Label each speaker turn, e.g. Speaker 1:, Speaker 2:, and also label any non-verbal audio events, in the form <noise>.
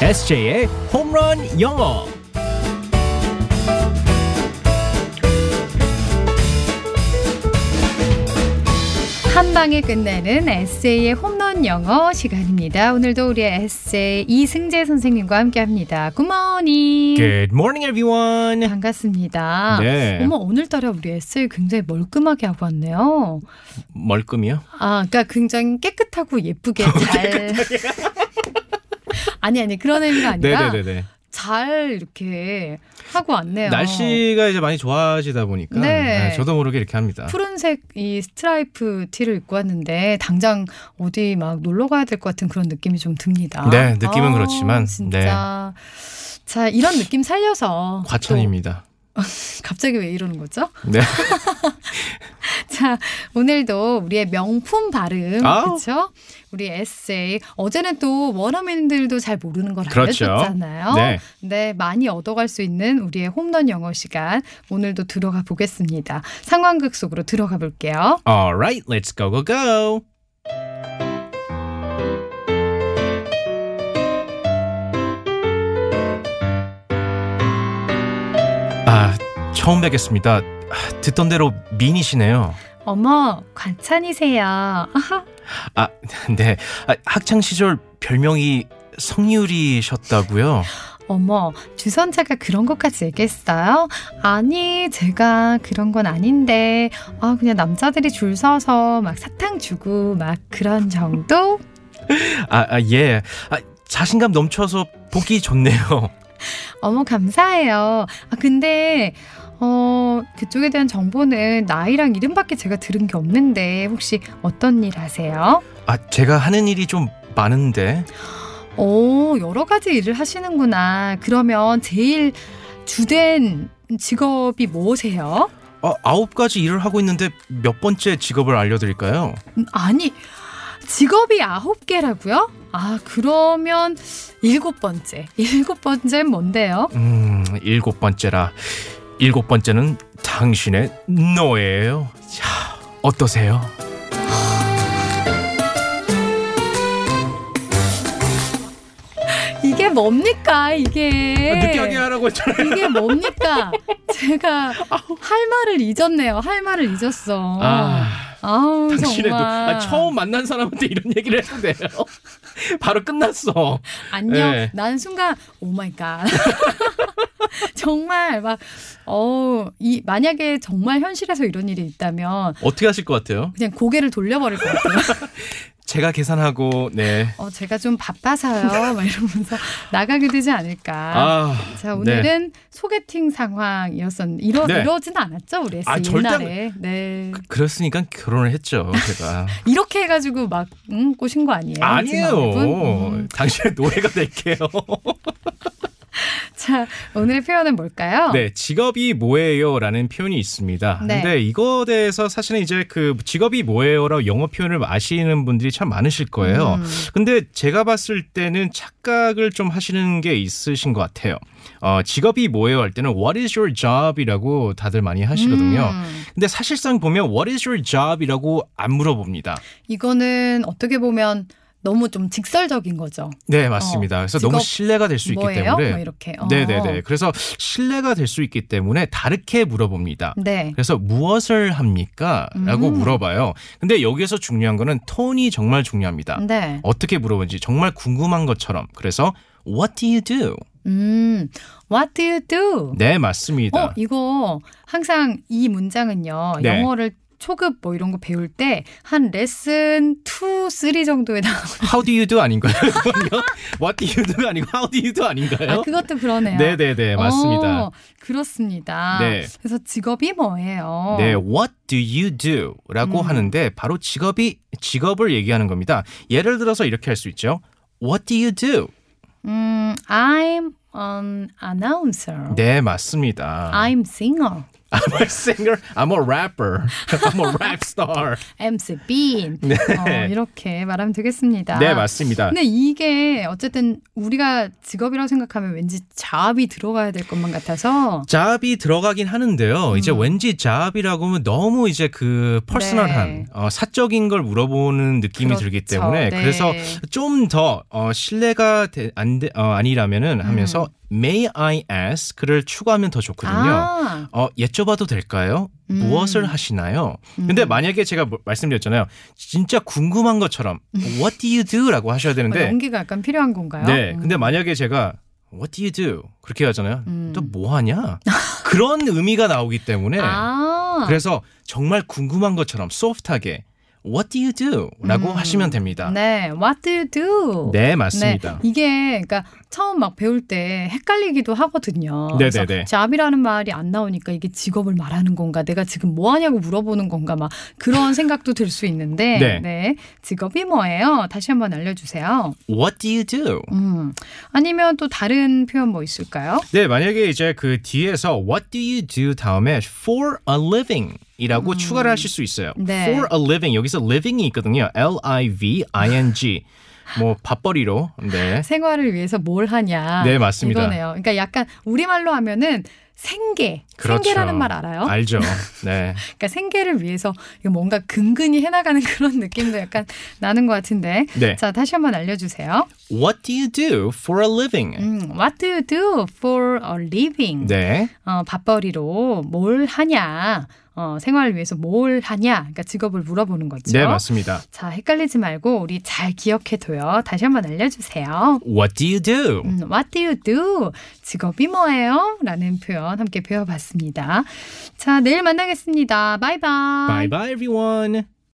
Speaker 1: SJ의 홈런 영어.
Speaker 2: 한 방에 끝나는 에세이의 홈런 영어 시간입니다. 오늘도 우리의 에세이 이승재 선생님과 함께합니다. 굿모닝.
Speaker 1: Good morning, everyone.
Speaker 2: 반갑습니다.
Speaker 1: 네.
Speaker 2: 어머 오늘따라 우리 에세이 굉장히 멀끔하게 하고 왔네요.
Speaker 1: 멀끔이요?
Speaker 2: 아, 그러니까 굉장히 깨끗하고
Speaker 1: <laughs>
Speaker 2: 예쁘게 잘. <laughs> 아니 아니 그런 의미가 아니라
Speaker 1: 네네네네.
Speaker 2: 잘 이렇게 하고 왔네요. 어.
Speaker 1: 날씨가 이제 많이 좋아지다 보니까
Speaker 2: 네.
Speaker 1: 네, 저도 모르게 이렇게 합니다.
Speaker 2: 푸른색 이 스트라이프 티를 입고 왔는데 당장 어디 막 놀러 가야 될 것 같은 그런 느낌이 좀 듭니다.
Speaker 1: 네, 느낌은
Speaker 2: 아,
Speaker 1: 그렇지만, 네.
Speaker 2: 진짜 자 이런 느낌 살려서
Speaker 1: 과천입니다.
Speaker 2: 또 갑자기 왜 이러는 거죠? <laughs>
Speaker 1: 네.
Speaker 2: 자 오늘도 우리의 명품 발음
Speaker 1: 아우.
Speaker 2: 그렇죠? 우리 에세이 어제는 또 원어민들도 잘 모르는 걸
Speaker 1: 그렇죠.
Speaker 2: 알려줬잖아요.
Speaker 1: 네.
Speaker 2: 네, 많이 얻어갈 수 있는 우리의 홈런 영어 시간 오늘도 들어가 보겠습니다. 상황극 속으로 들어가 볼게요.
Speaker 1: Alright, let's go go go. 아, 처음 뵙겠습니다. 아, 듣던 대로 미인이시네요.
Speaker 2: 어머, 관찬이세요. <laughs> 아하,
Speaker 1: 아, 네. 아, 학창 시절 별명이 성유리셨다고요?
Speaker 2: 어머, 주선자가 그런 것까지 얘기했어요? 아니, 제가 그런 건 아닌데, 아, 그냥 남자들이 줄 서서 막 사탕 주고 막 그런 정도?
Speaker 1: 아, 아 예. 아, 자신감 넘쳐서 보기 좋네요.
Speaker 2: 어머, 감사해요. 아, 근데, 어, 그쪽에 대한 정보는 나이랑 이름밖에 제가 들은 게 없는데, 혹시 어떤 일 하세요?
Speaker 1: 아, 제가 하는 일이 좀 많은데.
Speaker 2: 오, 여러 가지 일을 하시는구나. 그러면 제일 주된 직업이 뭐세요?
Speaker 1: 아, 아홉 가지 일을 하고 있는데 몇 번째 직업을 알려드릴까요?
Speaker 2: 음, 아니, 직업이 아홉 개라고요? 아, 그러면 일곱 번째. 일곱 번째는 뭔데요?
Speaker 1: 음, 일곱 번째라. 일곱 번째는 당신의 노예예요. 자, 어떠세요?
Speaker 2: 이게 뭡니까, 이게?
Speaker 1: 하라고 아, 했잖아요.
Speaker 2: 이게 뭡니까? 제가 할 말을 잊었네요. 할 말을 잊었어.
Speaker 1: 아,
Speaker 2: 아우,
Speaker 1: 당신의 노.
Speaker 2: 정말.
Speaker 1: 아, 처음 만난 사람한테 이런 얘기를 해도 돼요. <laughs> 바로 끝났어.
Speaker 2: 안녕.
Speaker 1: 네.
Speaker 2: 난 순간 오 마이 갓. <laughs> 정말 막 어우 이 만약에 정말 현실에서 이런 일이 있다면
Speaker 1: 어떻게 하실 것 같아요?
Speaker 2: 그냥 고개를 돌려버릴 것 같아요.
Speaker 1: 제가 계산하고 네.
Speaker 2: 어 제가 좀
Speaker 1: <laughs>
Speaker 2: 바빠서요. 막 이러면서 나가게 되지 않을까.
Speaker 1: 아,
Speaker 2: 자
Speaker 1: 네.
Speaker 2: 오늘은 소개팅 상황이었었는데 이러
Speaker 1: 네.
Speaker 2: 이러진 않았죠 우리 S
Speaker 1: 아, 절대 안-
Speaker 2: 옛날에 네
Speaker 1: 그랬으니까 결혼을 했죠, 제가.
Speaker 2: 이렇게 해가지고 막 음, 꼬신 거 아니에요? 지금 여러분? 음.
Speaker 1: 당신의 노예가
Speaker 2: <laughs>
Speaker 1: 될게요.
Speaker 2: 자 오늘의 표현은 뭘까요?
Speaker 1: 네, 직업이 뭐예요라는 표현이 있습니다.
Speaker 2: 네.
Speaker 1: 근데 이거에 대해서 사실은 이제 그 직업이 뭐예요라고 영어 표현을 아시는 분들이 참 많으실 거예요.
Speaker 2: 음.
Speaker 1: 근데 제가 봤을 때는 착각을 좀 하시는 게 있으신 것 같아요. 어, 직업이 뭐예요 할 때는 what is your job이라고 다들 많이 하시거든요.
Speaker 2: 음.
Speaker 1: 근데 사실상 보면 what is your job이라고 안 물어봅니다.
Speaker 2: 이거는 어떻게 보면 너무 좀 직설적인 거죠.
Speaker 1: 네, 맞습니다. 그래서
Speaker 2: 어, 직업
Speaker 1: 너무 신뢰가 될 수 있기
Speaker 2: 뭐예요?
Speaker 1: 때문에
Speaker 2: 뭐 이렇게. 어.
Speaker 1: 네네네. 그래서 신뢰가 될 수 있기 때문에 다르게 물어봅니다.
Speaker 2: 네.
Speaker 1: 그래서 무엇을 합니까? 라고
Speaker 2: 음.
Speaker 1: 물어봐요. 근데 여기에서 중요한 거는 톤이 정말 중요합니다.
Speaker 2: 네.
Speaker 1: 어떻게 물어보는지 정말 궁금한 것처럼. 그래서 What do you do?
Speaker 2: 음. What do you do?
Speaker 1: 네, 맞습니다.
Speaker 2: 어, 이거 항상 이 문장은요.
Speaker 1: 네.
Speaker 2: 영어를 초급 뭐 이런 거 배울 때 한 레슨 2, 3 정도에 나.
Speaker 1: How do you do 아닌가요? <laughs> 이거요? What do you do 아니고 How do you do 아닌가요?
Speaker 2: 아, 그것도 그러네요.
Speaker 1: 네네네, 맞습니다.
Speaker 2: 어, 그렇습니다.
Speaker 1: 네.
Speaker 2: 그래서 직업이 뭐예요?
Speaker 1: 네, what do you do? 라고
Speaker 2: 어. 음.
Speaker 1: 하는데 바로 직업이 직업을 얘기하는 겁니다. 예를 들어서 이렇게 할 수 있죠. What do you do?
Speaker 2: 음, I'm an announcer.
Speaker 1: 네, 맞습니다.
Speaker 2: 아, I'm singer.
Speaker 1: I'm a singer. I'm a rapper. <laughs> I'm a rap star.
Speaker 2: MC 빈 어, 이렇게 말하면 되겠습니다.
Speaker 1: 네, 맞습니다.
Speaker 2: 근데 이게 어쨌든 우리가 직업이라고 생각하면 왠지 잡이 들어가야 될 것만 같아서
Speaker 1: 잡이 들어가긴 하는데요. 이제
Speaker 2: 음.
Speaker 1: 왠지 잡이라고 하면 너무 이제 그 퍼스널한
Speaker 2: 네.
Speaker 1: 어, 사적인 걸 물어보는 느낌이 들기
Speaker 2: 그렇죠.
Speaker 1: 때문에
Speaker 2: 네.
Speaker 1: 그래서 좀 더 어, 신뢰가 되- 안 되- 어, 아니라면은
Speaker 2: 음.
Speaker 1: 하면서 May I ask?를 추가하면 더 좋거든요.
Speaker 2: 아,
Speaker 1: 어, 여쭤봐도 될까요?
Speaker 2: 음.
Speaker 1: 무엇을 하시나요? 근데
Speaker 2: 음.
Speaker 1: 만약에 제가 뭐- 말씀드렸잖아요. 진짜 궁금한 것처럼 What do you do?라고 하셔야
Speaker 2: 뭐
Speaker 1: 되는데
Speaker 2: 연기가 약간 필요한 건가요?
Speaker 1: 네.
Speaker 2: 음.
Speaker 1: 근데 만약에 제가 What do you do? 그렇게 하잖아요.
Speaker 2: 음.
Speaker 1: 또 뭐 하냐? 그런 의미가 나오기 때문에
Speaker 2: 아,
Speaker 1: 그래서 정말 궁금한 것처럼 소프트하게 What do you do?라고
Speaker 2: 음.
Speaker 1: 하시면 됩니다. 네,
Speaker 2: 네, what do you do?
Speaker 1: 맞습니다.
Speaker 2: 네, 이게 그러니까 처음 막 배울 때 헷갈리기도 하거든요.
Speaker 1: 네,
Speaker 2: 그래서
Speaker 1: 네, 네.
Speaker 2: 잡이라는 말이 안 나오니까 이게 직업을 말하는 건가, 내가 지금 뭐 하냐고 물어보는 건가 막 그런 생각도 들 수 있는데,
Speaker 1: 네.
Speaker 2: 직업이 뭐예요? 다시 한번 알려주세요.
Speaker 1: What do you do?
Speaker 2: 음, 아니면 또 다른 표현 뭐 있을까요?
Speaker 1: 네, 만약에 이제 그 뒤에서 What do you do 다음에 for a living 이라고 추가를 하실 수 있어요.
Speaker 2: 음. 네.
Speaker 1: For a living 여기서 living이 있거든요. L I V I N G 뭐 밥벌이로 네.
Speaker 2: 생활을 위해서 뭘 하냐.
Speaker 1: 네, 맞습니다.
Speaker 2: 이거네요. 그러니까 약간 우리말로 하면은 생계,
Speaker 1: 그렇죠.
Speaker 2: 생계라는 말 알아요?
Speaker 1: 알죠. 네.
Speaker 2: 그러니까 생계를 위해서 이거 뭔가 근근히 해나가는 <laughs> 그런 느낌도 약간 나는 것 같은데.
Speaker 1: 네.
Speaker 2: <laughs> 자, 다시 한번 알려주세요.
Speaker 1: What do you do for a living?
Speaker 2: 음, what do you do for a living?
Speaker 1: 네.
Speaker 2: 어, 밥벌이로 뭘 하냐? 어, 생활을 위해서 뭘 하냐? 그러니까 직업을 물어보는 거죠.
Speaker 1: 네, 맞습니다.
Speaker 2: 자, 헷갈리지 말고 우리 잘 기억해둬요. 다시 한번 알려주세요.
Speaker 1: What do you do?
Speaker 2: 음, what do you do? 직업이 뭐예요? 라는 표현 함께 배워봤습니다. 자, 내일 만나겠습니다. 바이바이.
Speaker 1: Bye bye everyone.